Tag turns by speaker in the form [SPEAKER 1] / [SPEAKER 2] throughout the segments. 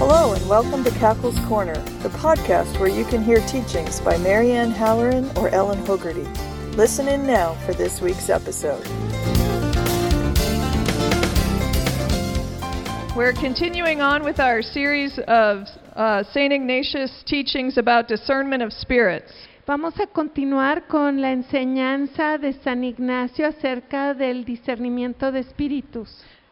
[SPEAKER 1] welcome to Cackle's Corner, the podcast where you can hear teachings by Marianne Halloran or Ellen Hogarty. Listen in now for this week's episode.
[SPEAKER 2] We're continuing on with our series of uh, St. Ignatius teachings about discernment of spirits.
[SPEAKER 3] Vamos a continuar con la enseñanza de San Ignacio acerca del discernimiento de espíritus.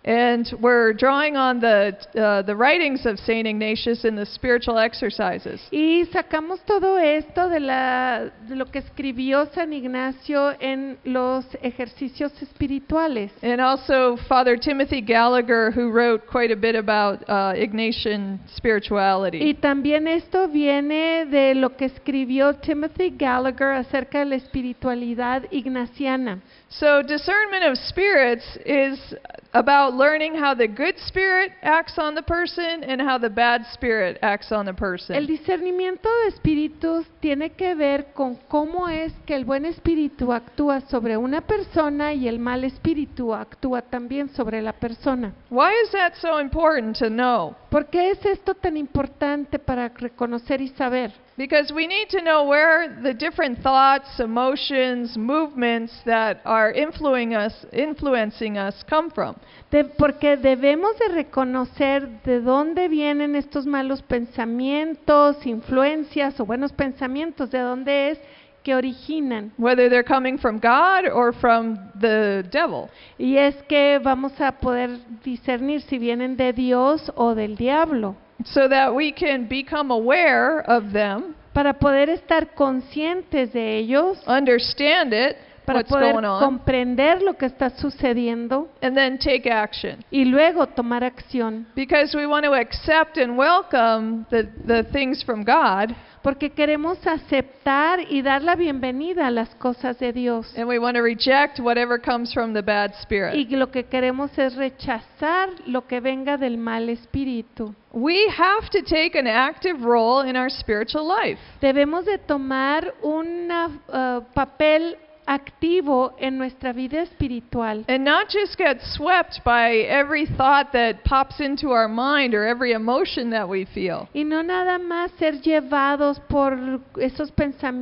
[SPEAKER 2] And we're drawing on the, uh, the writings of St. Ignatius in the spiritual exercises.
[SPEAKER 3] Y sacamos todo esto de, la- de lo que escribió San Ignacio en los ejercicios espirituales.
[SPEAKER 2] And also Father Timothy Gallagher, who wrote quite a bit about uh, Ignatian
[SPEAKER 3] Y
[SPEAKER 2] spirituality.
[SPEAKER 3] también esto viene de lo que escribió Timothy Gallagher acerca de la espiritualidad ignaciana.
[SPEAKER 2] So, discernment of spirits is about learning how the good spirit acts on the person and how the bad spirit acts on the
[SPEAKER 3] El
[SPEAKER 2] person.
[SPEAKER 3] discernimiento de espíritus tiene que ver con cómo es que el buen espíritu actúa sobre una persona y el mal espíritu actúa también sobre la persona.
[SPEAKER 2] Why is that so important to know?
[SPEAKER 3] ¿Por qué es esto tan importante para reconocer y saber?
[SPEAKER 2] Because we need to know where the different thoughts, emotions, movements that are influencing us, influencing us come from.
[SPEAKER 3] De- porque debemos de reconocer de dónde vienen estos malos pensamientos, influencias o buenos pensamientos, de dónde es que originan.
[SPEAKER 2] Whether they're coming from God or from the devil.
[SPEAKER 3] Y es que vamos a poder discernir si vienen de Dios o del diablo,
[SPEAKER 2] So that we can become aware of them,
[SPEAKER 3] para poder estar conscientes de ellos,
[SPEAKER 2] understand it,
[SPEAKER 3] para
[SPEAKER 2] what's
[SPEAKER 3] poder
[SPEAKER 2] going on,
[SPEAKER 3] comprender lo que está sucediendo
[SPEAKER 2] and then take action.
[SPEAKER 3] y luego tomar acción,
[SPEAKER 2] Because we want to accept and welcome the, the things from God,
[SPEAKER 3] porque queremos aceptar y dar la bienvenida a las cosas de Dios.
[SPEAKER 2] and we want to reject whatever comes from the bad spirit.
[SPEAKER 3] Y lo que queremos es rechazar lo que venga del mal espíritu.
[SPEAKER 2] We have to take an active role in our spiritual life.
[SPEAKER 3] Debemos de tomar un papel activo en nuestra vida espiritual
[SPEAKER 2] And not just get swept by every thought that pops into our mind or every emotion that we feel.
[SPEAKER 3] y no nada más ser llevados por esos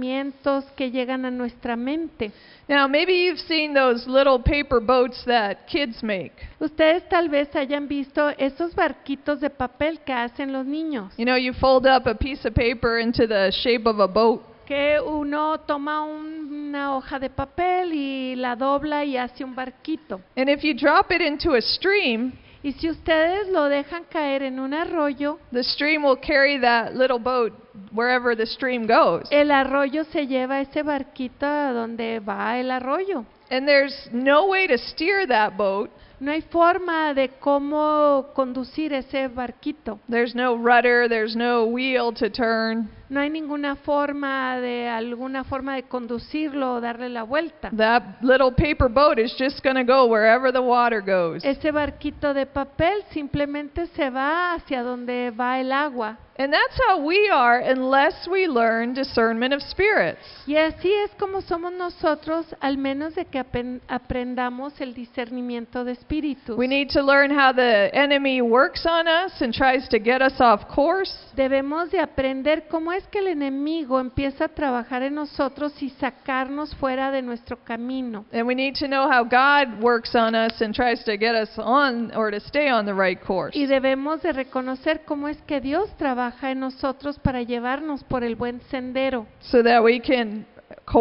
[SPEAKER 3] pensamientos que llegan a nuestra mente.
[SPEAKER 2] Now, maybe you've seen those little paper boats that kids make.
[SPEAKER 3] Ustedes tal vez hayan visto esos barquitos de papel que hacen los niños,
[SPEAKER 2] You know, you fold up a piece of paper into the shape of a boat,
[SPEAKER 3] que uno toma un- una hoja de papel y la dobla y hace un barquito.
[SPEAKER 2] and if you drop it into a stream,
[SPEAKER 3] Y si ustedes lo dejan caer en un arroyo,
[SPEAKER 2] the stream will carry that little boat wherever the stream goes.
[SPEAKER 3] el arroyo se lleva ese barquito a donde va el arroyo.
[SPEAKER 2] And there's no way to steer that boat.
[SPEAKER 3] No hay forma de cómo conducir ese barquito.
[SPEAKER 2] There's no rudder, there's no wheel to turn.
[SPEAKER 3] No hay ninguna forma de alguna forma de conducirlo o darle la vuelta.
[SPEAKER 2] That little paper boat is just going to go wherever the water goes.
[SPEAKER 3] Ese barquito de papel simplemente se va hacia donde va el agua.
[SPEAKER 2] And that's how we are unless we learn discernment of spirits.
[SPEAKER 3] Y así es como somos nosotros, al menos de que apen- aprendamos el discernimiento de espíritus.
[SPEAKER 2] We need to learn how the enemy works on us and tries to get us off course.
[SPEAKER 3] Debemos de aprender cómo es que el enemigo empieza a trabajar en nosotros y sacarnos fuera de nuestro camino.
[SPEAKER 2] And we need to know how God works on us and tries to get us on or to stay on the right course.
[SPEAKER 3] Y debemos de reconocer cómo es que Dios trabaja en nosotros para llevarnos por el buen sendero,
[SPEAKER 2] So that we can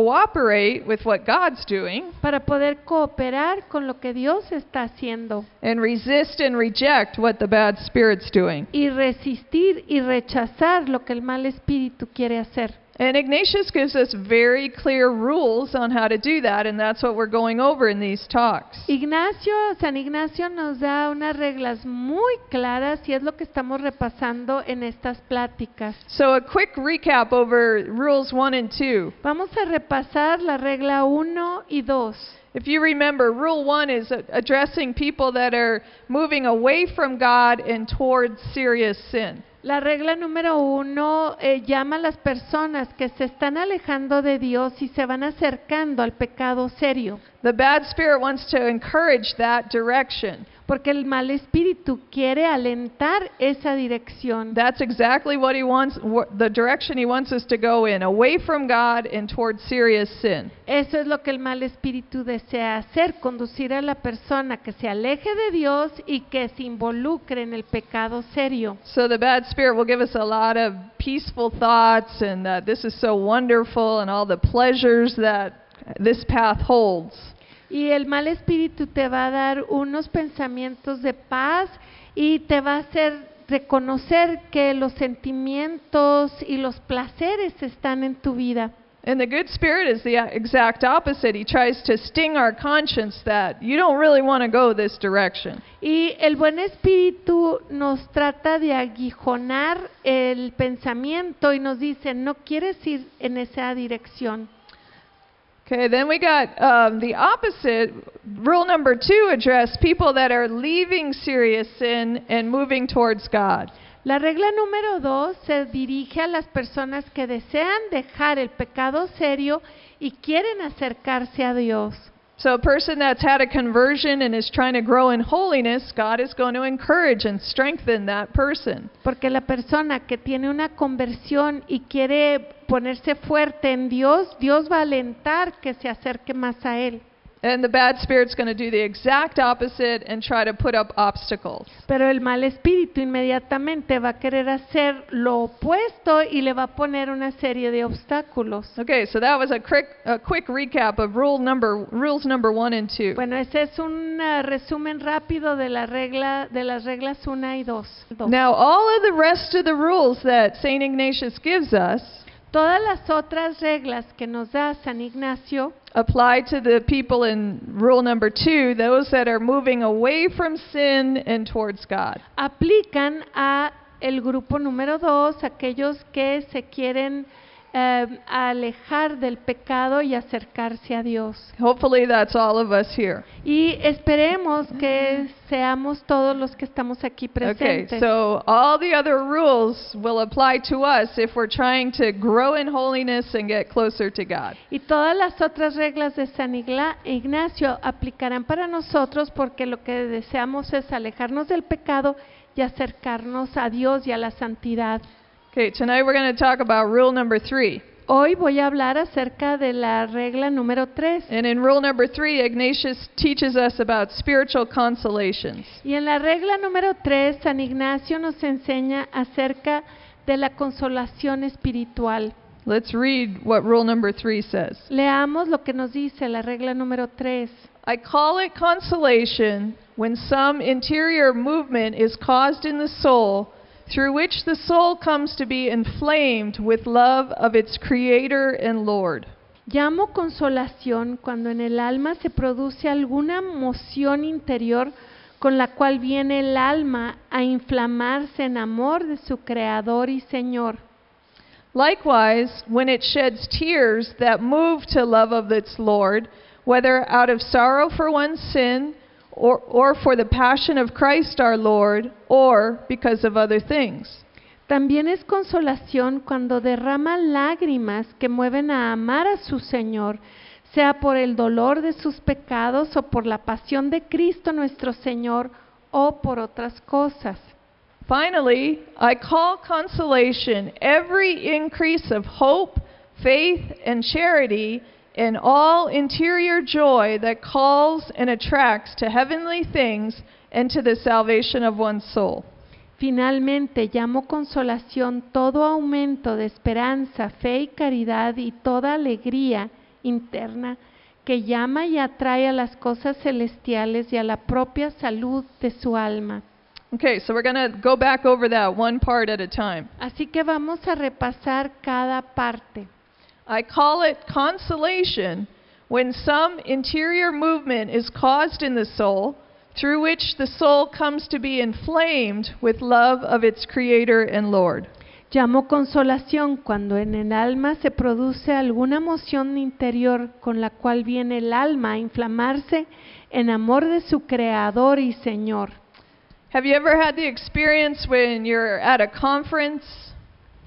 [SPEAKER 2] cooperate with what God's doing
[SPEAKER 3] para poder cooperar con lo que Dios está haciendo
[SPEAKER 2] and resist and reject what the bad spirit's doing.
[SPEAKER 3] y resistir y rechazar lo que el mal espíritu quiere hacer.
[SPEAKER 2] And Ignatius gives us very clear rules on how to do that, and that's what we're going over in these talks.
[SPEAKER 3] E- Ignacio, San Ignacio nos da unas reglas muy claras y es lo que estamos repasando en estas pláticas.
[SPEAKER 2] So, a quick recap over rules one and two.
[SPEAKER 3] Vamos a repasar la regla 1 y 2.
[SPEAKER 2] If you remember, rule one is a- addressing people that are moving away from God and towards serious sin.
[SPEAKER 3] La regla número 1 llama a las personas que se están alejando de Dios y se van acercando al pecado serio.
[SPEAKER 2] The bad spirit wants to encourage that direction.
[SPEAKER 3] Porque el mal espíritu quiere alentar esa dirección.
[SPEAKER 2] That's exactly what he wants, wh- the direction he wants us to go in, away from God and toward serious sin.
[SPEAKER 3] Eso es lo que el mal espíritu desea hacer, conducir a la persona que se aleje de Dios y que se involucre en el pecado serio.
[SPEAKER 2] So the bad spirit will give us a lot of peaceful thoughts and that this is so wonderful and all the pleasures that this path holds.
[SPEAKER 3] Y el mal espíritu te va a dar unos pensamientos de paz y te va a hacer reconocer que los sentimientos y los placeres están en tu vida.
[SPEAKER 2] And the good spirit is the uh, exact opposite. He tries to sting our conscience that you don't really want to go this direction.
[SPEAKER 3] Y el buen espíritu nos trata de aguijonar el pensamiento y nos dice, no quieres ir en esa dirección.
[SPEAKER 2] Okay, then we got um, the opposite. Rule number two address people that are leaving serious sin and moving towards God.
[SPEAKER 3] La regla número dos se dirige a las personas que desean dejar el pecado serio y quieren acercarse a Dios.
[SPEAKER 2] So, a person that's had a conversion and is trying to grow in holiness, God is going to encourage and strengthen that person.
[SPEAKER 3] Porque la persona que tiene una conversión y quiere ponerse fuerte en Dios, Dios va a alentar que se acerque más a Él.
[SPEAKER 2] And the bad spirit's going to do the exact opposite and try to put up obstacles.
[SPEAKER 3] Pero el mal espíritu inmediatamente va a querer hacer lo opuesto y le va a poner una serie de obstáculos.
[SPEAKER 2] Okay, so that was a quick, a quick recap of rule number, rules number one and two.
[SPEAKER 3] Bueno, ese es un eh, resumen rápido de la regla de las reglas 1 y 2.
[SPEAKER 2] Now, all of the rest of the rules that St. Ignatius gives us
[SPEAKER 3] Todas las otras reglas que nos da San Ignacio
[SPEAKER 2] apply to the people in rule number two, those that are moving away from sin and towards God.
[SPEAKER 3] aplican a el grupo número 2, aquellos que se quieren eh, alejar del pecado y acercarse a Dios.
[SPEAKER 2] Hopefully, that's all of us here.
[SPEAKER 3] Y esperemos que seamos todos los que estamos aquí
[SPEAKER 2] Okay,
[SPEAKER 3] presentes.
[SPEAKER 2] so all the other rules will apply to us if we're trying to grow in holiness and get closer to God.
[SPEAKER 3] y todas las otras reglas de San Igla- Ignacio aplicarán para nosotros porque lo que deseamos es alejarnos del pecado y acercarnos a Dios y a la santidad.
[SPEAKER 2] Okay, tonight we're going to talk about rule number three.
[SPEAKER 3] Hoy voy a hablar acerca de la regla número 3.
[SPEAKER 2] And in rule number three, Ignatius teaches us about spiritual consolations.
[SPEAKER 3] Y en la regla número 3, San Ignacio nos enseña acerca de la consolación espiritual.
[SPEAKER 2] Let's read what rule number three says.
[SPEAKER 3] Leamos lo que nos dice la regla número 3.
[SPEAKER 2] I call it consolation when some interior movement is caused in the soul through which the soul comes to be inflamed with love of its Creator and Lord.
[SPEAKER 3] Llamo consolación cuando en el alma se produce alguna emoción interior con la cual viene el alma a inflamarse en amor de su Creador y Señor.
[SPEAKER 2] Likewise, when it sheds tears that move to love of its Lord, whether out of sorrow for one's sin, or, or for the passion of Christ our Lord, or because of other things.
[SPEAKER 3] También es consolación cuando derrama lágrimas que mueven a amar a su Señor, sea por el dolor de sus pecados o por la pasión de Cristo nuestro Señor o por otras cosas.
[SPEAKER 2] Finally, I call consolation every increase of hope, faith, and charity, and all interior joy that calls and attracts to heavenly things and to the salvation of one's soul.
[SPEAKER 3] Finalmente, llamo consolación todo aumento de esperanza, fe y caridad y toda alegría interna que llama y atrae a las cosas celestiales y a la propia salud de su alma.
[SPEAKER 2] Okay, so we're going to go back over that one part at a time.
[SPEAKER 3] Así que vamos a repasar cada parte.
[SPEAKER 2] I call it consolation when some interior movement is caused in the soul through which the soul comes to be inflamed with love of its Creator and Lord.
[SPEAKER 3] Llamo consolación cuando en el alma se produce alguna emoción interior con la cual viene el alma a inflamarse en amor de su Creador y Señor.
[SPEAKER 2] Have you ever had the experience when you're at a conference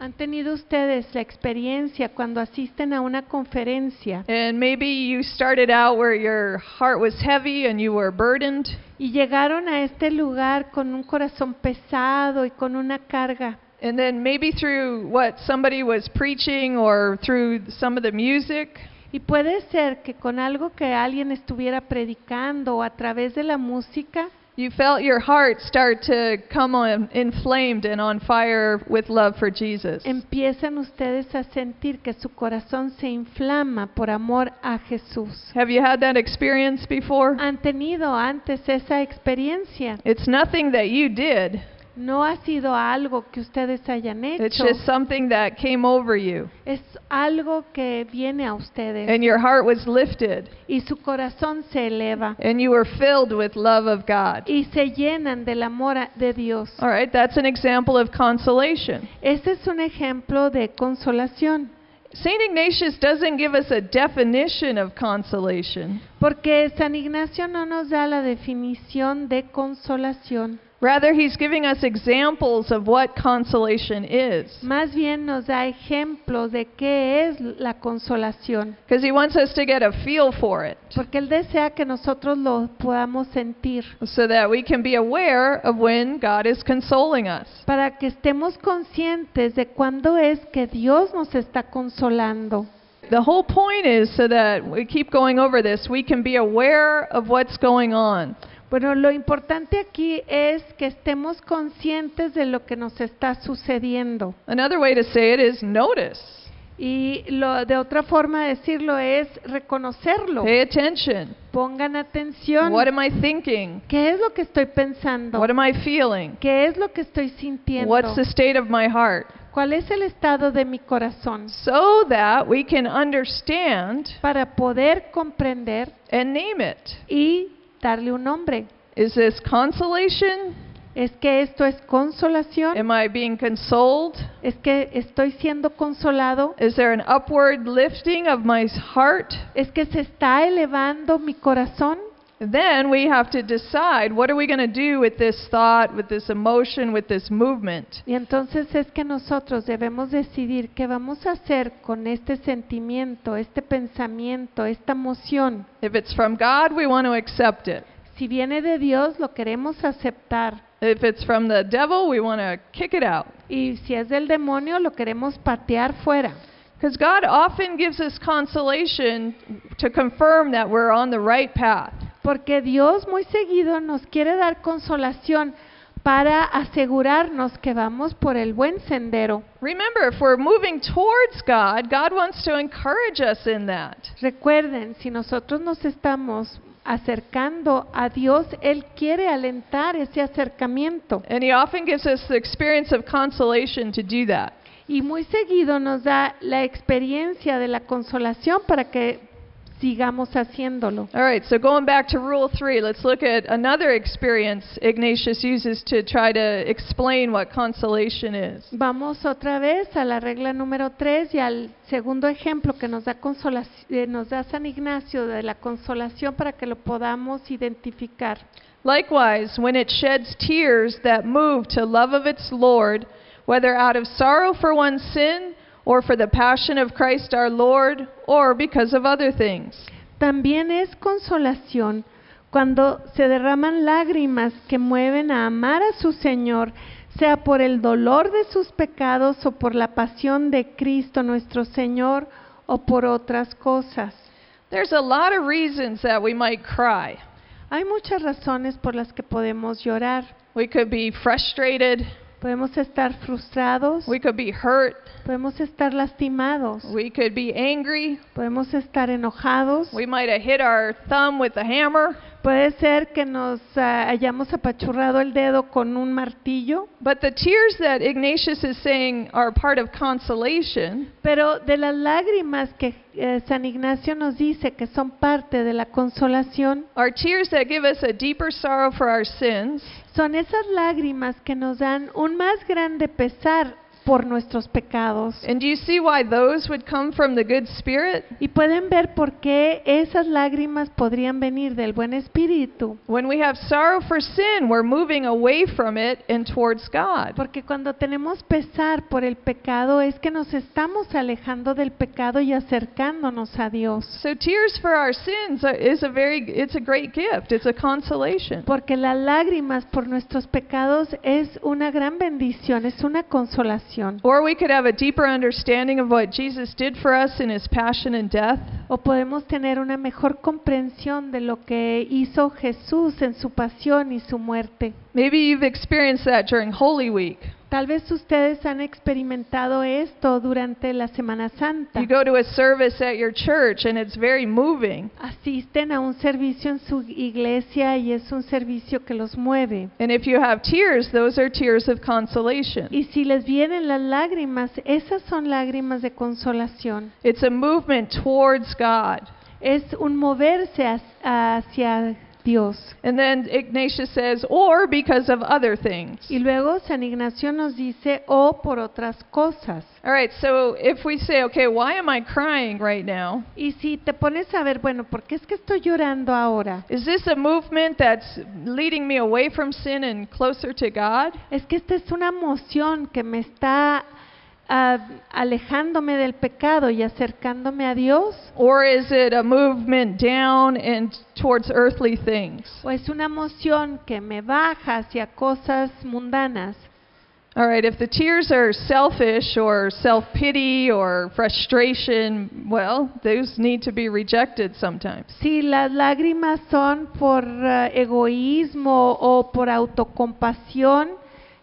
[SPEAKER 3] ¿Han tenido ustedes la experiencia cuando asisten a una conferencia
[SPEAKER 2] And maybe you started out where your heart was heavy and you were burdened,
[SPEAKER 3] y llegaron a este lugar con un corazón pesado y con una carga?
[SPEAKER 2] and then maybe through what somebody was preaching or through some of the music,
[SPEAKER 3] Y puede ser que con algo que alguien estuviera predicando o a través de la música,
[SPEAKER 2] you felt your heart start to come on inflamed and on fire with love for Jesus.
[SPEAKER 3] empiezan ustedes a sentir que su corazón se inflama por amor a Jesús.
[SPEAKER 2] Have you had that experience before?
[SPEAKER 3] ¿Han tenido antes esa experiencia?
[SPEAKER 2] It's nothing that you did.
[SPEAKER 3] No ha sido algo que ustedes hayan
[SPEAKER 2] It's
[SPEAKER 3] hecho,
[SPEAKER 2] just something that came over you
[SPEAKER 3] es algo que viene a ustedes
[SPEAKER 2] and your heart was lifted
[SPEAKER 3] y su corazón se eleva
[SPEAKER 2] and you were filled with love of God.
[SPEAKER 3] y se llenan del amor a- de Dios.
[SPEAKER 2] All right, that's an example of consolation.
[SPEAKER 3] Este es un ejemplo de consolación.
[SPEAKER 2] St. Ignatius doesn't give us a definition of consolation.
[SPEAKER 3] Porque San Ignacio no nos da la definición de consolación,
[SPEAKER 2] Rather, he's giving us examples of what consolation is.
[SPEAKER 3] más bien nos da ejemplos de qué es la consolación,
[SPEAKER 2] Because he wants us to get a feel for it
[SPEAKER 3] porque él desea que nosotros lo podamos sentir,
[SPEAKER 2] so that we can be aware of when God is consoling us.
[SPEAKER 3] para que estemos conscientes de cuándo es que Dios nos está consolando.
[SPEAKER 2] The whole point is so that we keep going over this, we can be aware of what's going on.
[SPEAKER 3] Bueno, lo importante aquí es que estemos conscientes de lo que nos está sucediendo.
[SPEAKER 2] Another way to say it is notice,
[SPEAKER 3] Y lo, de otra forma decirlo es reconocerlo.
[SPEAKER 2] pay attention.
[SPEAKER 3] Pongan atención.
[SPEAKER 2] What am I thinking?
[SPEAKER 3] ¿Qué es lo que estoy pensando?
[SPEAKER 2] What am I feeling?
[SPEAKER 3] ¿Qué es lo que estoy sintiendo?
[SPEAKER 2] What's the state of my heart?
[SPEAKER 3] ¿Cuál es el estado de mi corazón?
[SPEAKER 2] So that we can understand
[SPEAKER 3] Para poder comprender
[SPEAKER 2] and name it.
[SPEAKER 3] y darle un nombre.
[SPEAKER 2] Is this consolation?
[SPEAKER 3] ¿Es que esto es consolación?
[SPEAKER 2] Am I being consoled?
[SPEAKER 3] ¿Es que estoy siendo consolado?
[SPEAKER 2] Is there an upward lifting of my heart?
[SPEAKER 3] ¿Es que se está elevando mi corazón?
[SPEAKER 2] Then we have to decide what are we going to do with this thought, with this emotion, with this movement.
[SPEAKER 3] Y entonces es que nosotros debemos decidir qué vamos a hacer con este sentimiento, este pensamiento, esta emoción.
[SPEAKER 2] If it's from God, we want to accept it.
[SPEAKER 3] Si viene de Dios, lo queremos aceptar.
[SPEAKER 2] If it's from the devil, we want to kick it out.
[SPEAKER 3] Y si es del demonio, lo queremos patear fuera.
[SPEAKER 2] Because God often gives us consolation to confirm that we're on the right path.
[SPEAKER 3] Porque Dios muy seguido nos quiere dar consolación para asegurarnos que vamos por el buen sendero.
[SPEAKER 2] Remember, if we're moving towards God, God wants to encourage us in that.
[SPEAKER 3] Recuerden, si nosotros nos estamos acercando a Dios, Él quiere alentar ese acercamiento.
[SPEAKER 2] And He often gives us the experience of consolation to do that.
[SPEAKER 3] Y muy seguido nos da la experiencia de la consolación para que sigamos haciéndolo.
[SPEAKER 2] All right, so going back to rule three, let's look at another experience Ignatius uses to try to explain what consolation is.
[SPEAKER 3] Vamos otra vez a la regla número 3 y al segundo ejemplo que nos da, consola- eh, nos da San Ignacio de la consolación para que lo podamos identificar.
[SPEAKER 2] Likewise, when it sheds tears that move to love of its Lord, whether out of sorrow for one's sin, or for the passion of Christ our Lord, or because of other things.
[SPEAKER 3] También es consolación cuando se derraman lágrimas que mueven a amar a su Señor, sea por el dolor de sus pecados o por la pasión de Cristo nuestro Señor o por otras cosas.
[SPEAKER 2] There's a lot of reasons that we might cry.
[SPEAKER 3] Hay muchas razones por las que podemos llorar.
[SPEAKER 2] We could be frustrated,
[SPEAKER 3] Podemos estar frustrados.
[SPEAKER 2] we could be hurt,
[SPEAKER 3] Podemos estar lastimados,
[SPEAKER 2] we could be angry,
[SPEAKER 3] podemos estar enojados,
[SPEAKER 2] we might have hit our thumb with a hammer.
[SPEAKER 3] puede ser que nos ah, hayamos apachurrado el dedo con un martillo,
[SPEAKER 2] But the tears that Ignatius is saying are part of consolation
[SPEAKER 3] pero de las lágrimas que eh, San Ignacio nos dice que son parte de la consolación,
[SPEAKER 2] are tears that give us a deeper sorrow for our sins.
[SPEAKER 3] son esas lágrimas que nos dan un más grande pesar por nuestros pecados.
[SPEAKER 2] And do you see why those would come from the good spirit?
[SPEAKER 3] Y pueden ver por qué esas lágrimas podrían venir del buen espíritu.
[SPEAKER 2] When we have sorrow for sin, we're moving away from it and towards God.
[SPEAKER 3] Porque cuando tenemos pesar por el pecado es que nos estamos alejando del pecado y acercándonos a Dios.
[SPEAKER 2] So tears for our sins are- is a very it's a great gift. It's a consolation.
[SPEAKER 3] Porque las lágrimas por nuestros pecados es una gran bendición, es una consolación.
[SPEAKER 2] Or we could have a deeper understanding of what Jesus did for us in his passion and death.
[SPEAKER 3] O podemos tener una mejor comprensión de lo que hizo Jesús en su pasión y su muerte.
[SPEAKER 2] Maybe you've experienced that during Holy Week.
[SPEAKER 3] Tal vez ustedes han experimentado esto durante la Semana Santa.
[SPEAKER 2] You go to a service at your church and it's very moving
[SPEAKER 3] Asisten a un servicio en su iglesia y es un servicio que los mueve.
[SPEAKER 2] And if you have tears, those are tears of consolation.
[SPEAKER 3] Y si les vienen las lágrimas, esas son lágrimas de consolación.
[SPEAKER 2] It's a movement towards God.
[SPEAKER 3] Es un moverse hac- hacia Dios.
[SPEAKER 2] And then Ignatius says, or because of other things.
[SPEAKER 3] Y luego San Ignacio nos dice, o por otras cosas.
[SPEAKER 2] All right, so if we say, okay, why am I crying right now?
[SPEAKER 3] Y si te pones a ver, bueno, ¿por qué es que estoy llorando ahora?
[SPEAKER 2] Is this a movement that's leading me away from sin and closer to God?
[SPEAKER 3] Es que esta es una emoción que me está ah, alejándome del pecado y acercándome a Dios.
[SPEAKER 2] Or is it a movement down and towards earthly things?
[SPEAKER 3] O es una emoción que me baja hacia cosas mundanas.
[SPEAKER 2] All right, if the tears are selfish or self pity or frustration, well, those need to be rejected sometimes.
[SPEAKER 3] Si las lágrimas son por eh, egoísmo o por autocompasión,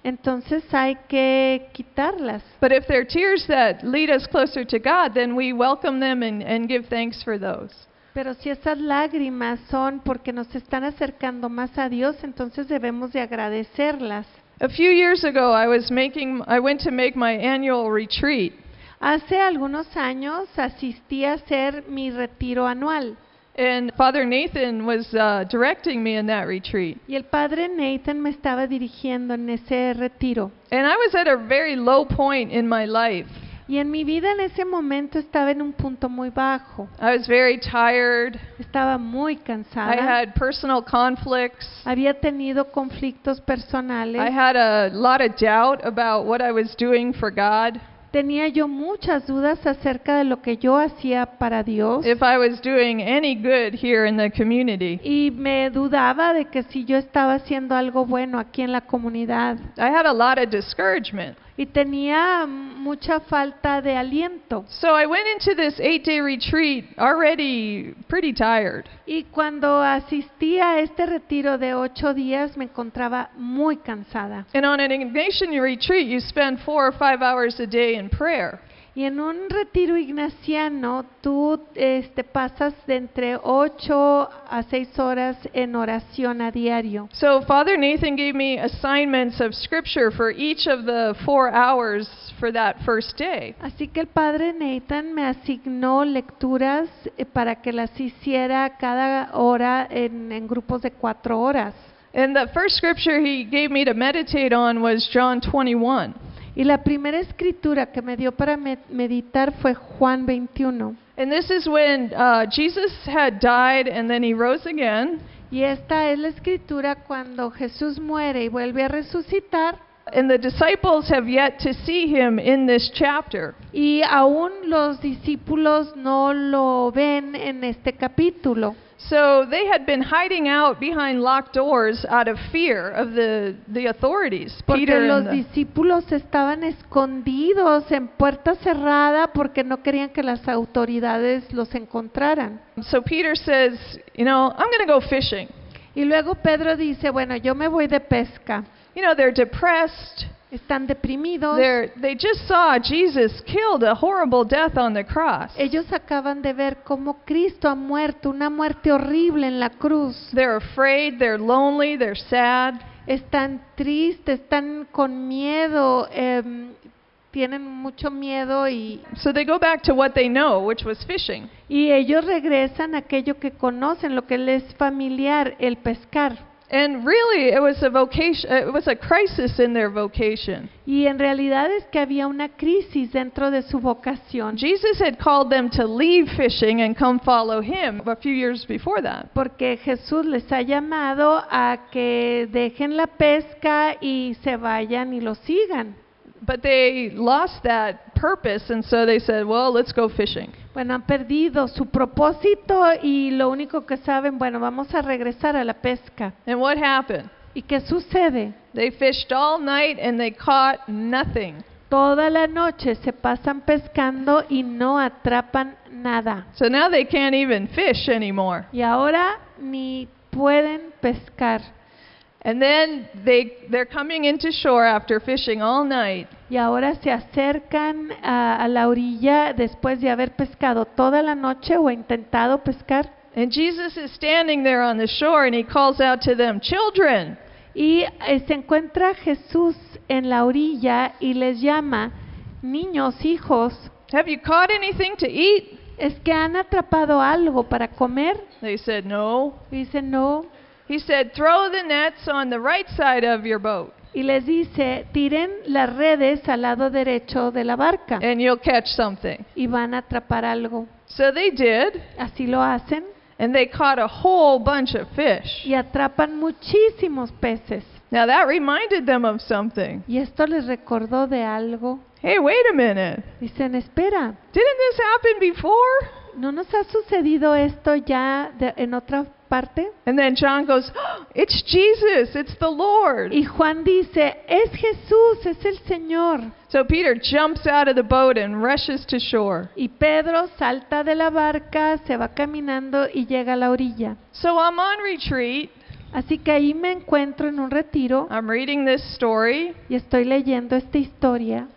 [SPEAKER 3] entonces hay que quitarlas.
[SPEAKER 2] But if they're tears that lead us closer to God, then we welcome them and, and give thanks for those.
[SPEAKER 3] Pero si esas lágrimas son porque nos están acercando más a Dios, entonces debemos de agradecerlas.
[SPEAKER 2] A few years ago, I was making, I went to make my annual retreat,
[SPEAKER 3] Hace algunos años asistí a hacer mi retiro anual
[SPEAKER 2] and Father Nathan was uh, directing me in that retreat.
[SPEAKER 3] y el padre Nathan me estaba dirigiendo en ese retiro.
[SPEAKER 2] And I was at a very low point in my life.
[SPEAKER 3] Y en mi vida en ese momento estaba en un punto muy bajo.
[SPEAKER 2] I was very tired.
[SPEAKER 3] Estaba muy
[SPEAKER 2] I
[SPEAKER 3] cansada.
[SPEAKER 2] had personal conflicts.
[SPEAKER 3] Había tenido conflictos
[SPEAKER 2] I
[SPEAKER 3] personales.
[SPEAKER 2] had a lot of doubt about what I was doing for God,
[SPEAKER 3] Tenía yo muchas dudas acerca de lo que yo hacía para Dios.
[SPEAKER 2] if I was doing any good here in the community.
[SPEAKER 3] Y me dudaba de que si yo estaba haciendo algo bueno aquí en la comunidad.
[SPEAKER 2] I had a lot of discouragement.
[SPEAKER 3] Y tenía mucha falta de aliento.
[SPEAKER 2] So I went into this eight day retreat already pretty tired.
[SPEAKER 3] Y cuando asistí a este retiro de ocho días me encontraba muy cansada.
[SPEAKER 2] And on an Ignatian retreat, you spend four or five hours a day in prayer.
[SPEAKER 3] Y en un retiro ignaciano tú este, pasas de entre 8 a 6 horas en oración a diario.
[SPEAKER 2] So Father Nathan gave me assignments of scripture for each of the four hours for that first day.
[SPEAKER 3] Así que el padre Nathan me asignó lecturas eh, para que las hiciera cada hora en, en grupos de 4 horas.
[SPEAKER 2] And the first scripture he gave me to meditate on was John 21.
[SPEAKER 3] Y la primera escritura que me dio para me- meditar fue Juan 21.
[SPEAKER 2] And this is when uh, Jesus had died and then he rose again.
[SPEAKER 3] Y esta es la escritura cuando Jesús muere y vuelve a resucitar
[SPEAKER 2] And the disciples have yet to see him in this chapter.
[SPEAKER 3] y aún los discípulos no lo ven en este capítulo.
[SPEAKER 2] So they had been hiding out behind locked doors out of fear of the, the authorities.
[SPEAKER 3] Porque
[SPEAKER 2] Peter
[SPEAKER 3] los
[SPEAKER 2] and the-
[SPEAKER 3] discípulos estaban escondidos en puerta cerrada porque no querían que las autoridades los encontraran.
[SPEAKER 2] so Peter says, you know, I'm going to go fishing.
[SPEAKER 3] Y luego Pedro dice, bueno, yo me voy de pesca.
[SPEAKER 2] You know, they're depressed.
[SPEAKER 3] Están deprimidos.
[SPEAKER 2] They're, they just saw Jesus killed a horrible death on the cross.
[SPEAKER 3] Ellos acaban de ver cómo Cristo ha muerto, una muerte horrible en la cruz.
[SPEAKER 2] They're afraid, they're lonely, they're sad.
[SPEAKER 3] Están tristes, están con miedo, em, tienen mucho miedo y,
[SPEAKER 2] So they go back to what they know, which was fishing.
[SPEAKER 3] y ellos regresan a aquello que conocen, lo que les es familiar, el pescar.
[SPEAKER 2] And really, it was a vocation. It was a crisis in their vocation.
[SPEAKER 3] Y en realidad es que había una crisis dentro de su vocación,
[SPEAKER 2] Jesus had called them to leave fishing and come follow him a few years before that.
[SPEAKER 3] porque Jesús les ha llamado a que dejen la pesca y se vayan y lo sigan.
[SPEAKER 2] But they lost that purpose, and so they said, Well, let's go fishing.
[SPEAKER 3] Bueno, han perdido su propósito y lo único que saben, bueno, vamos a regresar a la pesca.
[SPEAKER 2] And what happened?
[SPEAKER 3] ¿Y qué sucede?
[SPEAKER 2] They fished all night and they caught nothing.
[SPEAKER 3] Toda la noche se pasan pescando y no atrapan nada.
[SPEAKER 2] So now they can't even fish anymore.
[SPEAKER 3] Y ahora ni pueden pescar.
[SPEAKER 2] And then they, they're coming into shore after fishing all night,
[SPEAKER 3] Y ahora se acercan a, a la orilla después de haber pescado toda la noche o intentado pescar.
[SPEAKER 2] and Jesus is standing there on the shore and he calls out to them, Children,
[SPEAKER 3] Y eh, se encuentra Jesús en la orilla y les llama, niños, hijos,
[SPEAKER 2] have you caught anything to eat?
[SPEAKER 3] ¿es que han atrapado algo para comer?
[SPEAKER 2] They said, No.
[SPEAKER 3] Y dicen, no.
[SPEAKER 2] He said, Throw the nets on the right side of your boat
[SPEAKER 3] Y les dice, tiren las redes al lado derecho de la barca
[SPEAKER 2] and you'll catch something.
[SPEAKER 3] y van a atrapar algo.
[SPEAKER 2] So they did,
[SPEAKER 3] Así lo hacen
[SPEAKER 2] and they caught a whole bunch of fish.
[SPEAKER 3] y atrapan muchísimos peces.
[SPEAKER 2] Now that reminded them of something.
[SPEAKER 3] Y esto les recordó de algo.
[SPEAKER 2] Hey, wait a minute.
[SPEAKER 3] Dicen, espera,
[SPEAKER 2] Didn't this happen before?
[SPEAKER 3] ¿no nos ha sucedido esto ya de- en otra parte?
[SPEAKER 2] And then John goes, "Oh, It's Jesus, it's the Lord.
[SPEAKER 3] Y Juan dice, es Jesús, es el Señor.
[SPEAKER 2] So Peter jumps out of the boat and rushes to shore.
[SPEAKER 3] Y Pedro salta de la barca, se va caminando y llega a la orilla.
[SPEAKER 2] So I'm on retreat.
[SPEAKER 3] Así que ahí me encuentro en un retiro
[SPEAKER 2] I'm reading this story.
[SPEAKER 3] y estoy leyendo esta historia.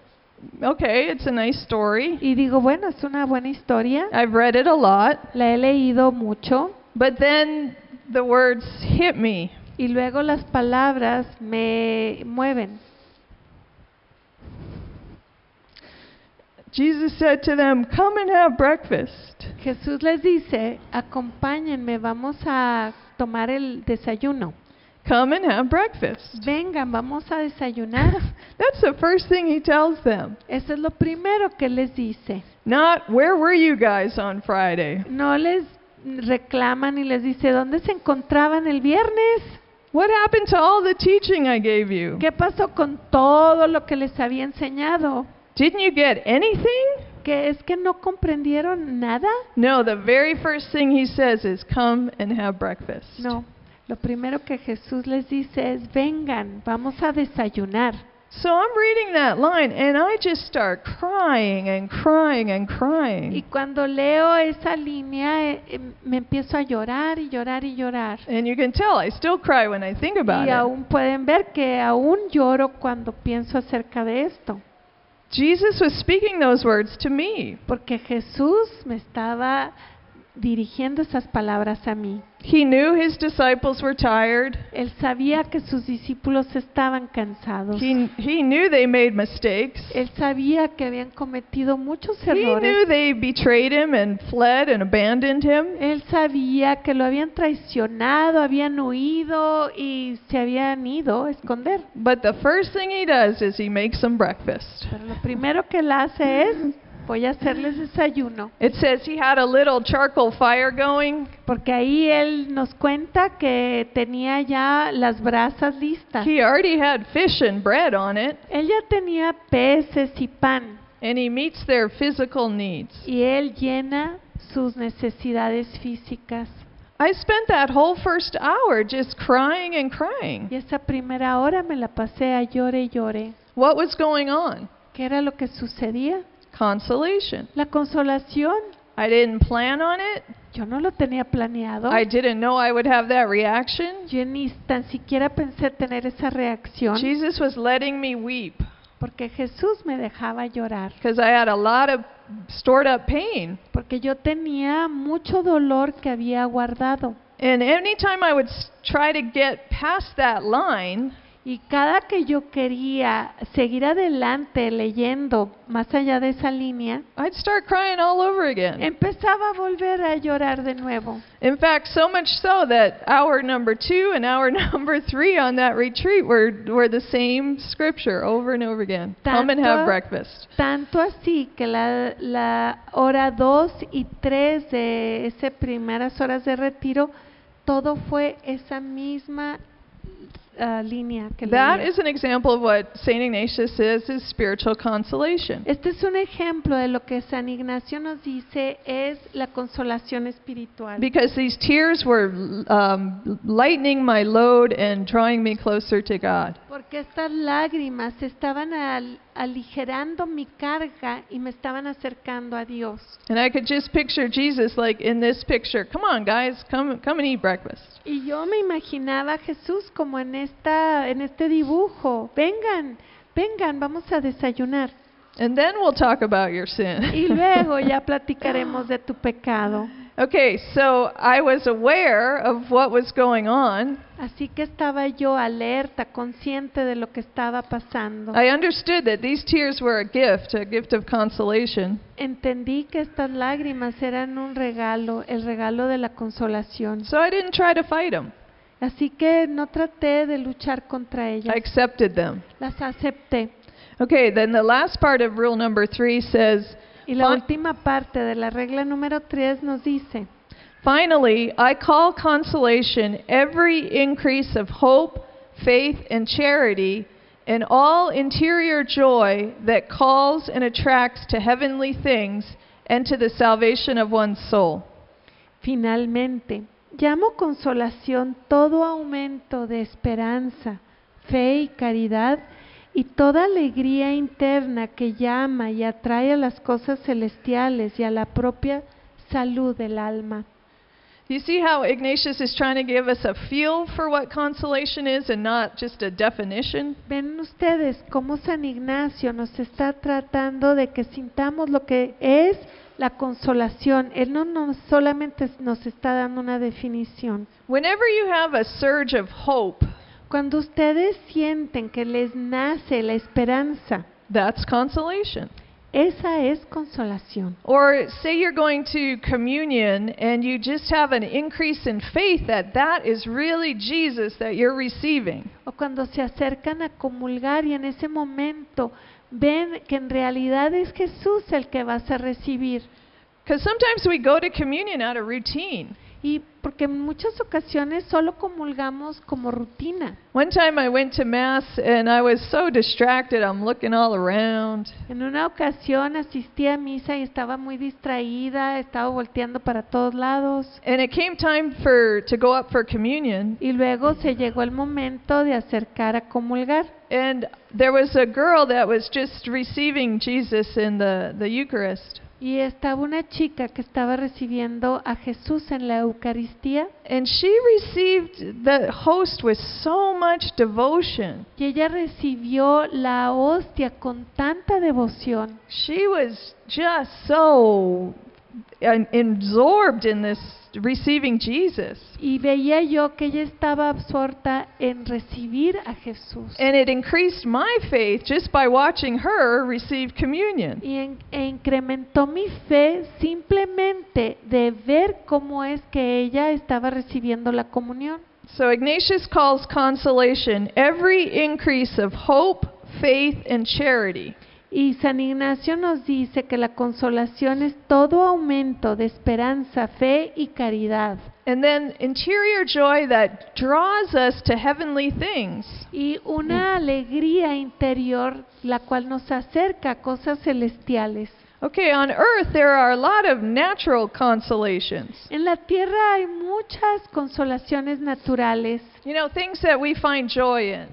[SPEAKER 2] Okay, it's a nice story.
[SPEAKER 3] Y digo, bueno, es una buena historia,
[SPEAKER 2] I've read it a lot.
[SPEAKER 3] la he leído mucho.
[SPEAKER 2] But then the words hit me.
[SPEAKER 3] Y luego las palabras me mueven.
[SPEAKER 2] Jesus said to them, Come and have breakfast.
[SPEAKER 3] Jesús les dice, acompáñenme, vamos a tomar el desayuno.
[SPEAKER 2] Come and have breakfast.
[SPEAKER 3] Vengan, vamos a desayunar.
[SPEAKER 2] That's the first thing he tells them.
[SPEAKER 3] Eso es lo primero que les dice.
[SPEAKER 2] Not, Where were you guys on Friday?
[SPEAKER 3] No les reclaman y les dice, ¿dónde se encontraban el viernes?
[SPEAKER 2] What happened to all the teaching I gave you?
[SPEAKER 3] ¿Qué pasó con todo lo que les había enseñado?
[SPEAKER 2] Didn't you get anything?
[SPEAKER 3] ¿Que es que no comprendieron nada?
[SPEAKER 2] No, the very first thing he says is, Come and have breakfast.
[SPEAKER 3] No. Lo primero que Jesús les dice es, vengan, vamos a desayunar.
[SPEAKER 2] So I'm reading that line and I just start crying and crying and
[SPEAKER 3] Y
[SPEAKER 2] crying.
[SPEAKER 3] cuando leo esa línea, eh, eh, me empiezo a llorar y llorar y llorar.
[SPEAKER 2] And you can tell I still cry when I think about
[SPEAKER 3] Y
[SPEAKER 2] it.
[SPEAKER 3] aún pueden ver que aún lloro cuando pienso acerca de esto,
[SPEAKER 2] Jesus was speaking those words to me.
[SPEAKER 3] porque Jesús me estaba dirigiendo esas palabras a mí.
[SPEAKER 2] He knew his disciples were tired.
[SPEAKER 3] Él sabía que sus discípulos estaban cansados.
[SPEAKER 2] He, he knew they made mistakes.
[SPEAKER 3] Él sabía que habían cometido muchos
[SPEAKER 2] He knew
[SPEAKER 3] errores.
[SPEAKER 2] they betrayed him and fled and abandoned him.
[SPEAKER 3] Él sabía que lo habían traicionado, habían huido y se habían ido a esconder.
[SPEAKER 2] But the first thing he does is he makes them breakfast.
[SPEAKER 3] Pero lo primero que él hace es, voy a hacerles desayuno.
[SPEAKER 2] It says he had a little charcoal fire going.
[SPEAKER 3] Porque ahí él nos cuenta que tenía ya las brasas listas.
[SPEAKER 2] He already had fish and bread on it,
[SPEAKER 3] Él ya tenía peces y pan
[SPEAKER 2] and he meets their physical needs.
[SPEAKER 3] y él llena sus necesidades físicas.
[SPEAKER 2] I spent that whole first hour just crying and crying.
[SPEAKER 3] Y esa primera hora me la pasé a llore y llore.
[SPEAKER 2] What was going on?
[SPEAKER 3] ¿Qué era lo que sucedía?
[SPEAKER 2] Consolation.
[SPEAKER 3] La consolación.
[SPEAKER 2] I didn't plan on it.
[SPEAKER 3] Yo no lo tenía planeado.
[SPEAKER 2] I didn't know I would have that reaction.
[SPEAKER 3] Yo ni tan siquiera pensé tener esa reacción
[SPEAKER 2] Jesus was letting me weep
[SPEAKER 3] porque Jesús me dejaba llorar.
[SPEAKER 2] because I had a lot of stored up pain.
[SPEAKER 3] Porque yo tenía mucho dolor que había guardado.
[SPEAKER 2] And anytime I would s- try to get past that line,
[SPEAKER 3] Y cada que yo quería seguir adelante leyendo más allá de esa línea,
[SPEAKER 2] I'd start crying all over again.
[SPEAKER 3] empezaba a volver a llorar de nuevo.
[SPEAKER 2] In fact, so much so that hour number two and hour number three on that retreat were, were the same scripture over and over again. Come and have
[SPEAKER 3] Tanto-
[SPEAKER 2] breakfast.
[SPEAKER 3] Tanto así que la, la hora 2 y 3 de esas primeras horas de retiro, todo fue esa misma ah, línea que
[SPEAKER 2] That
[SPEAKER 3] leía.
[SPEAKER 2] is an example of what St. Ignatius says is spiritual consolation.
[SPEAKER 3] Este es un ejemplo de lo que San Ignacio nos dice es la consolación espiritual.
[SPEAKER 2] Because these tears were um, lightening my load and drawing me closer to God.
[SPEAKER 3] Porque estas lágrimas estaban al- aligerando mi carga y me estaban acercando a Dios.
[SPEAKER 2] And I could just picture Jesus like in this picture. Come on, guys, come come and eat breakfast.
[SPEAKER 3] Y yo me imaginaba a Jesús como en esta en este dibujo. Vengan, vengan, vamos a desayunar.
[SPEAKER 2] And then we'll talk about your
[SPEAKER 3] Y
[SPEAKER 2] sin.
[SPEAKER 3] luego ya platicaremos de tu pecado.
[SPEAKER 2] okay, so I was aware of what was going on.
[SPEAKER 3] Así que estaba yo alerta, consciente de lo que estaba pasando.
[SPEAKER 2] I understood that these tears were a gift, a gift of consolation.
[SPEAKER 3] Entendí que estas lágrimas eran un regalo, el regalo de la consolación.
[SPEAKER 2] So I didn't try to fight them.
[SPEAKER 3] Así que no traté de luchar contra ellas,
[SPEAKER 2] I accepted them.
[SPEAKER 3] las acepté.
[SPEAKER 2] Okay, then the last part of rule number 3 says
[SPEAKER 3] Y la
[SPEAKER 2] Fon-
[SPEAKER 3] última parte de la regla número 3 nos dice,
[SPEAKER 2] Finally, I call consolation every increase of hope, faith, and charity, and all interior joy that calls and attracts to heavenly things and to the salvation of one's soul.
[SPEAKER 3] finalmente, llamo consolación todo aumento de esperanza, fe y caridad y toda alegría interna que llama y atrae a las cosas celestiales y a la propia salud del alma.
[SPEAKER 2] You see how Ignatius is trying to give us a feel for what consolation is and not just a definition?
[SPEAKER 3] Ven ustedes cómo San Ignacio nos está tratando de que sintamos lo que es la consolación. Él no nos- solamente nos está dando una definición.
[SPEAKER 2] Whenever you have a surge of hope,
[SPEAKER 3] Cuando ustedes sienten que les nace la esperanza,
[SPEAKER 2] that's consolation.
[SPEAKER 3] esa es consolación.
[SPEAKER 2] Or say you're going to communion and you just have an increase in faith that that is really Jesus that you're receiving.
[SPEAKER 3] O cuando se acercan a comulgar y en ese momento ven que en realidad es Jesús el que vas a recibir.
[SPEAKER 2] Because sometimes we go to communion out of routine.
[SPEAKER 3] Y porque en muchas ocasiones solo comulgamos como rutina.
[SPEAKER 2] One time I went to Mass and I was so distracted, I'm looking all around.
[SPEAKER 3] En una ocasión asistí a misa y estaba muy distraída, estaba volteando para todos lados.
[SPEAKER 2] And it came time for to go up for communion
[SPEAKER 3] Y luego se llegó el momento de acercar a comulgar.
[SPEAKER 2] and there was a girl that was just receiving Jesus in the, the Eucharist.
[SPEAKER 3] Y estaba una chica que estaba recibiendo a Jesús en la Eucaristía
[SPEAKER 2] And she received the host with so much devotion.
[SPEAKER 3] y ella recibió la hostia con tanta devoción.
[SPEAKER 2] She was just so en- absorbed in this receiving Jesus.
[SPEAKER 3] Y veía yo que ella estaba absorta en recibir a Jesús.
[SPEAKER 2] And it increased my faith just by watching her receive communion.
[SPEAKER 3] y en- e incrementó mi fe simplemente de ver cómo es que ella estaba recibiendo la comunión.
[SPEAKER 2] So Ignatius calls consolation every increase of hope, faith, and charity.
[SPEAKER 3] Y San Ignacio nos dice que la consolación es todo aumento de esperanza, fe y caridad.
[SPEAKER 2] And then interior joy that draws us to heavenly things.
[SPEAKER 3] Y una alegría interior la cual nos acerca a cosas celestiales.
[SPEAKER 2] Okay, on earth there are a lot of natural consolations.
[SPEAKER 3] En la tierra hay muchas consolaciones naturales,
[SPEAKER 2] You know, things that we find joy in.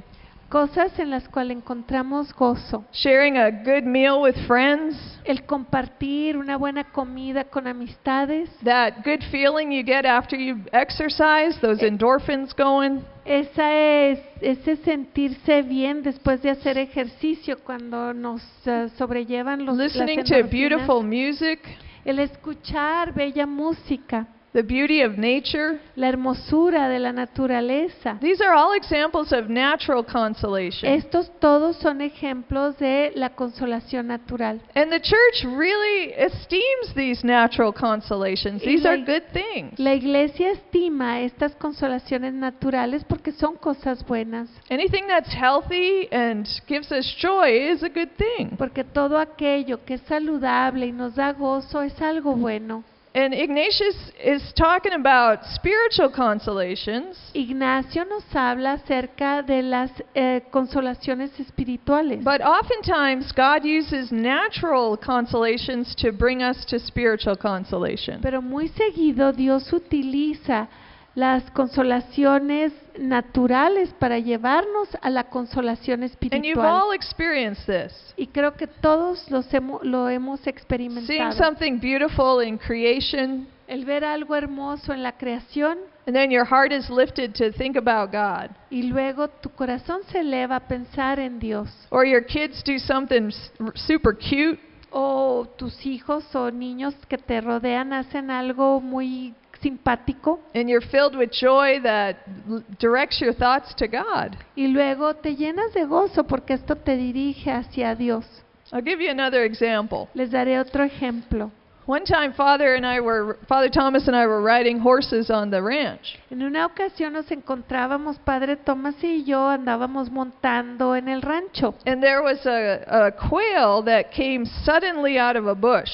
[SPEAKER 3] cosas en las cuales encontramos gozo.
[SPEAKER 2] sharing a good meal with friends,
[SPEAKER 3] El compartir una buena comida con amistades,
[SPEAKER 2] that good feeling you get after you exercise, those endorphins going.
[SPEAKER 3] esa es ese sentirse bien después de hacer ejercicio cuando nos eh, sobrellevan los las
[SPEAKER 2] Listening to
[SPEAKER 3] endorfinas,
[SPEAKER 2] beautiful music,
[SPEAKER 3] el escuchar bella música,
[SPEAKER 2] the beauty of nature.
[SPEAKER 3] la hermosura de la naturaleza.
[SPEAKER 2] These are all examples of natural consolation.
[SPEAKER 3] Estos todos son ejemplos de la consolación natural.
[SPEAKER 2] And the church really esteems these natural consolations. These are good things.
[SPEAKER 3] La iglesia estima estas consolaciones naturales porque son cosas buenas,
[SPEAKER 2] Anything that's healthy and gives us joy is a good thing.
[SPEAKER 3] porque todo aquello que es saludable y nos da gozo es algo bueno.
[SPEAKER 2] And Ignatius is talking about spiritual consolations.
[SPEAKER 3] Ignacio nos habla acerca de las eh, consolaciones espirituales,
[SPEAKER 2] But oftentimes, God uses natural consolations to bring us to spiritual consolation.
[SPEAKER 3] pero muy seguido Dios utiliza las consolaciones naturales para llevarnos a la consolación
[SPEAKER 2] And you've
[SPEAKER 3] espiritual.
[SPEAKER 2] all experienced this
[SPEAKER 3] Y creo que todos los hemo- lo hemos
[SPEAKER 2] seeing
[SPEAKER 3] experimentado.
[SPEAKER 2] something beautiful in creation,
[SPEAKER 3] El ver algo hermoso en la creación
[SPEAKER 2] and then your heart is lifted to think about God.
[SPEAKER 3] y luego tu corazón se eleva a pensar en Dios.
[SPEAKER 2] Or your kids do something s- r- super cute,
[SPEAKER 3] O tus hijos o niños que te rodean hacen algo muy simpático
[SPEAKER 2] and you're filled with joy that l- directs your thoughts to God.
[SPEAKER 3] y luego te llenas de gozo porque esto te dirige hacia Dios.
[SPEAKER 2] I'll give you another example.
[SPEAKER 3] Les daré otro ejemplo.
[SPEAKER 2] One time, Father and I were, Father Thomas and I were riding horses on the ranch.
[SPEAKER 3] En una ocasión nos encontrábamos, padre Tomás y yo andábamos montando en el rancho
[SPEAKER 2] And there was a, a quail that came suddenly out of a bush.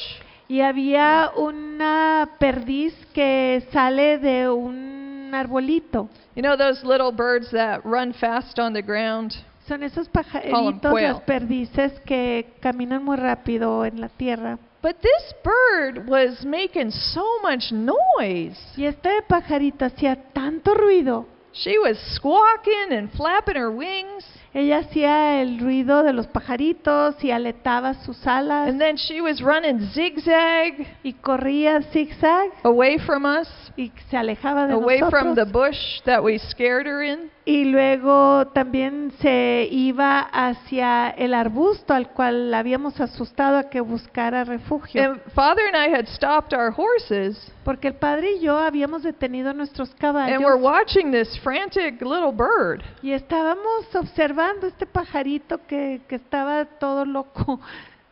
[SPEAKER 3] y había una perdiz que sale de un arbolito.
[SPEAKER 2] You know those little birds that run fast on the ground?
[SPEAKER 3] Son
[SPEAKER 2] Colin
[SPEAKER 3] esos pajaritos,
[SPEAKER 2] Quail.
[SPEAKER 3] las perdices que caminan muy rápido en la tierra.
[SPEAKER 2] But this bird was making so much noise.
[SPEAKER 3] Y este pajarito hacía tanto ruido.
[SPEAKER 2] She was squawking and flapping her wings,
[SPEAKER 3] Ella hacía el ruido de los pajaritos y aletaba sus alas
[SPEAKER 2] and then she was running zigzag
[SPEAKER 3] y corría zigzag
[SPEAKER 2] away from us,
[SPEAKER 3] y se alejaba de
[SPEAKER 2] away from the
[SPEAKER 3] nosotros.
[SPEAKER 2] bush that we scared her in.
[SPEAKER 3] Y luego también se iba hacia el arbusto al cual la habíamos asustado a que buscara refugio.
[SPEAKER 2] And Father and I had stopped our horses,
[SPEAKER 3] Porque el padre y yo habíamos detenido nuestros
[SPEAKER 2] and we're
[SPEAKER 3] caballos
[SPEAKER 2] watching this frantic little bird.
[SPEAKER 3] y estábamos observando este pajarito que, que estaba todo loco.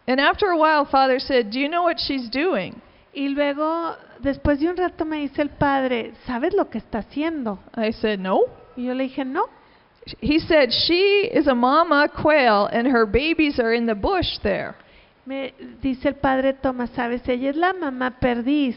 [SPEAKER 2] And after a while, Father said, Do you know what she's doing?
[SPEAKER 3] Y luego, después de un rato, me dice el padre, ¿sabes lo que está haciendo?
[SPEAKER 2] I said, No.
[SPEAKER 3] Y yo le dije, no.
[SPEAKER 2] He said, She is a mama quail, and her babies are in the bush there.
[SPEAKER 3] Me dice el padre Tomás, ¿sabes? Ella es la mamá perdiz.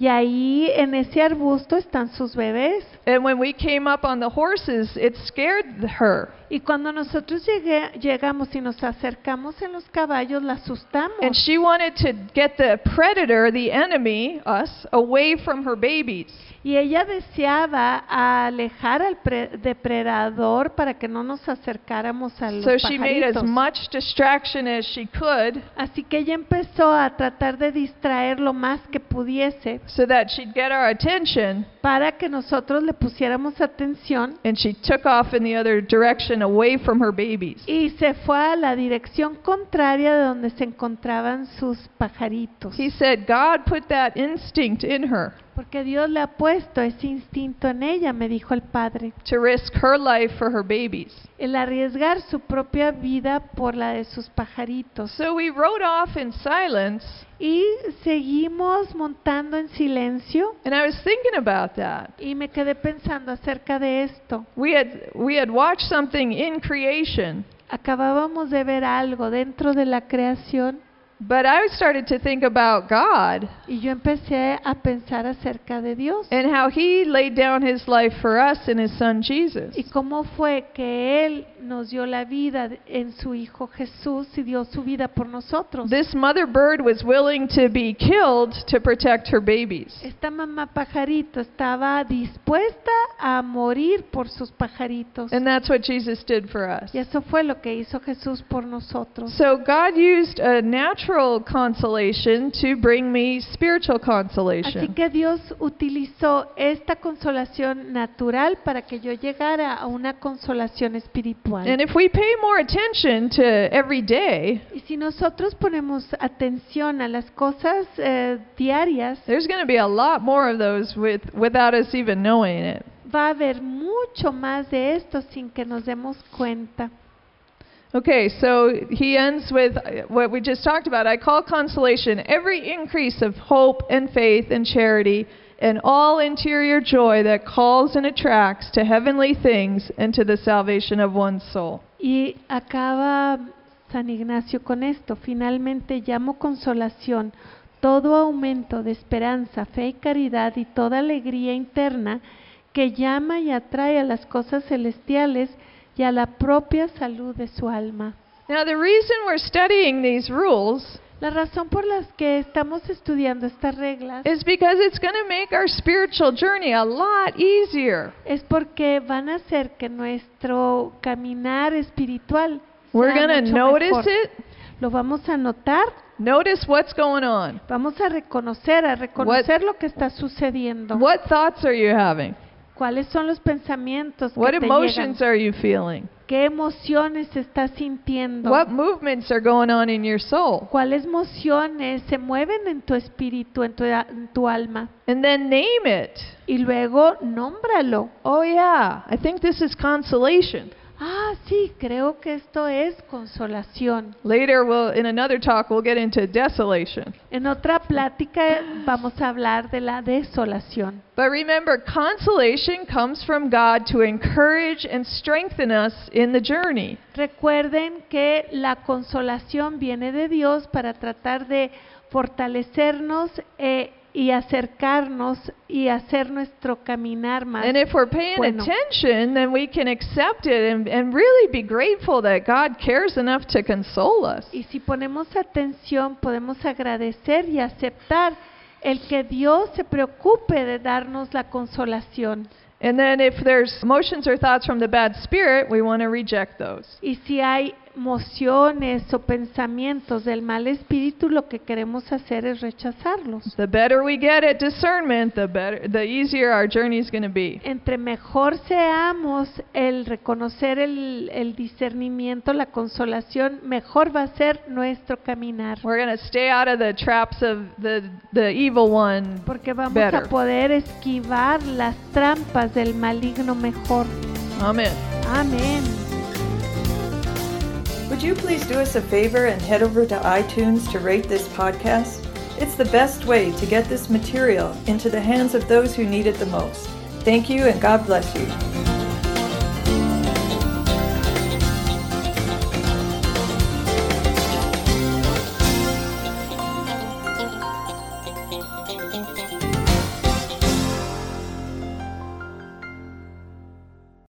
[SPEAKER 3] Y ahí en ese arbusto están sus bebés.
[SPEAKER 2] And when we came up on the horses, it scared her.
[SPEAKER 3] Y cuando nosotros llegué- llegamos y nos acercamos en los caballos, la
[SPEAKER 2] And
[SPEAKER 3] asustamos.
[SPEAKER 2] she wanted to get the predator, the enemy, us, away from her babies.
[SPEAKER 3] Y ella deseaba alejar al pre- depredador para que no nos acercáramos a los
[SPEAKER 2] So she made as
[SPEAKER 3] pajaritos.
[SPEAKER 2] much distraction as she could
[SPEAKER 3] Así que ella empezó a tratar de distraer lo más que pudiese
[SPEAKER 2] so that she'd get our attention.
[SPEAKER 3] para que nosotros le pusiéramos atención
[SPEAKER 2] And she took off in the other direction away from her babies.
[SPEAKER 3] y se fue a la dirección contraria de donde se encontraban sus pajaritos.
[SPEAKER 2] He said, God put that instinct in her
[SPEAKER 3] Porque Dios le ha puesto ese instinto en ella, me dijo el padre.
[SPEAKER 2] to risk her life for her babies.
[SPEAKER 3] el arriesgar su propia vida por la de sus pajaritos.
[SPEAKER 2] So we rode off in silence,
[SPEAKER 3] Y seguimos montando en silencio
[SPEAKER 2] and I was thinking about that.
[SPEAKER 3] y me quedé pensando acerca de esto.
[SPEAKER 2] We had, we had watched something in creation,
[SPEAKER 3] Acabábamos de ver algo dentro de la creación
[SPEAKER 2] but I started to think about God
[SPEAKER 3] y yo empecé a pensar acerca de Dios
[SPEAKER 2] and how He laid down His life for us in His Son Jesus.
[SPEAKER 3] y cómo fue que Él nos dio la vida en su Hijo Jesús y dio su vida por nosotros.
[SPEAKER 2] This mother bird was willing to be killed to protect her babies.
[SPEAKER 3] Esta mamá pajarito estaba dispuesta a morir por sus pajaritos.
[SPEAKER 2] And that's what Jesus did for us.
[SPEAKER 3] Y eso fue lo que hizo Jesús por nosotros.
[SPEAKER 2] So God used a natural consolation to bring me spiritual
[SPEAKER 3] Así
[SPEAKER 2] consolation.
[SPEAKER 3] que Dios utilizó esta consolación natural para que yo llegara a una consolación
[SPEAKER 2] And
[SPEAKER 3] espiritual.
[SPEAKER 2] if we pay more attention to every day,
[SPEAKER 3] Y si nosotros ponemos atención a las cosas eh, diarias,
[SPEAKER 2] there's going to be a lot more of those with, without us even knowing it.
[SPEAKER 3] va a haber mucho más de esto sin que nos demos cuenta.
[SPEAKER 2] Okay, so he ends with uh, what we just talked about. I call consolation every increase of hope and faith and charity and all interior joy that calls and attracts to heavenly things and to the salvation of one's soul.
[SPEAKER 3] Y acaba San Ignacio con esto. Finalmente llamo consolación todo aumento de esperanza, fe y caridad y toda alegría interna que llama y atrae a las cosas celestiales y a la propia salud de su alma.
[SPEAKER 2] Now, the reason we're studying these rules
[SPEAKER 3] La razón por la que estamos estudiando estas reglas
[SPEAKER 2] is because it's going to make our spiritual journey a lot easier.
[SPEAKER 3] es porque van a hacer que nuestro caminar espiritual
[SPEAKER 2] We're
[SPEAKER 3] sea
[SPEAKER 2] going to
[SPEAKER 3] mucho
[SPEAKER 2] notice
[SPEAKER 3] mejor.
[SPEAKER 2] it,
[SPEAKER 3] Lo vamos a notar
[SPEAKER 2] notice what's going on.
[SPEAKER 3] Vamos a reconocer, a reconocer lo que está sucediendo.
[SPEAKER 2] What thoughts are you having?
[SPEAKER 3] ¿Cuáles son los pensamientos
[SPEAKER 2] What
[SPEAKER 3] que te llegan?
[SPEAKER 2] emotions are you feeling?
[SPEAKER 3] ¿Qué emociones estás sintiendo?
[SPEAKER 2] What movements are going on in your soul?
[SPEAKER 3] ¿Cuáles emociones se mueven en tu espíritu, en tu, en tu alma?
[SPEAKER 2] And then name it.
[SPEAKER 3] Y luego nómbralo.
[SPEAKER 2] Oh, yeah, I think this is consolation.
[SPEAKER 3] Ah, sí, creo que esto es consolación.
[SPEAKER 2] Later, we'll, in another talk, we'll get into desolation.
[SPEAKER 3] En otra plática eh, vamos a hablar de la desolación.
[SPEAKER 2] But remember, consolation comes from God to encourage and strengthen us in the journey.
[SPEAKER 3] Recuerden que la consolación viene de Dios para tratar de fortalecernos eh, y acercarnos y hacer nuestro caminar más.
[SPEAKER 2] And if we're paying
[SPEAKER 3] Bueno.
[SPEAKER 2] attention, then we can accept it and, and really be grateful that God cares enough to console us.
[SPEAKER 3] Y si ponemos atención, podemos agradecer y aceptar el que Dios se preocupe de darnos la consolación.
[SPEAKER 2] And then if there's emotions or thoughts from the bad spirit, we want to reject those.
[SPEAKER 3] Y si hay emociones o pensamientos del mal espíritu, lo que queremos hacer es rechazarlos.
[SPEAKER 2] The better we get at discernment, the better the easier our journey is going to be.
[SPEAKER 3] entre mejor seamos el reconocer el, el discernimiento, la consolación, mejor va a ser nuestro caminar.
[SPEAKER 2] We're going to stay out of the traps of the the evil one.
[SPEAKER 3] Porque vamos
[SPEAKER 2] Better.
[SPEAKER 3] a poder esquivar las trampas del maligno mejor.
[SPEAKER 2] Amen.
[SPEAKER 3] Amén.
[SPEAKER 1] Would you please do us a favor and head over to iTunes to rate this podcast? It's the best way to get this material into the hands of those who need it the most. Thank you and God bless you.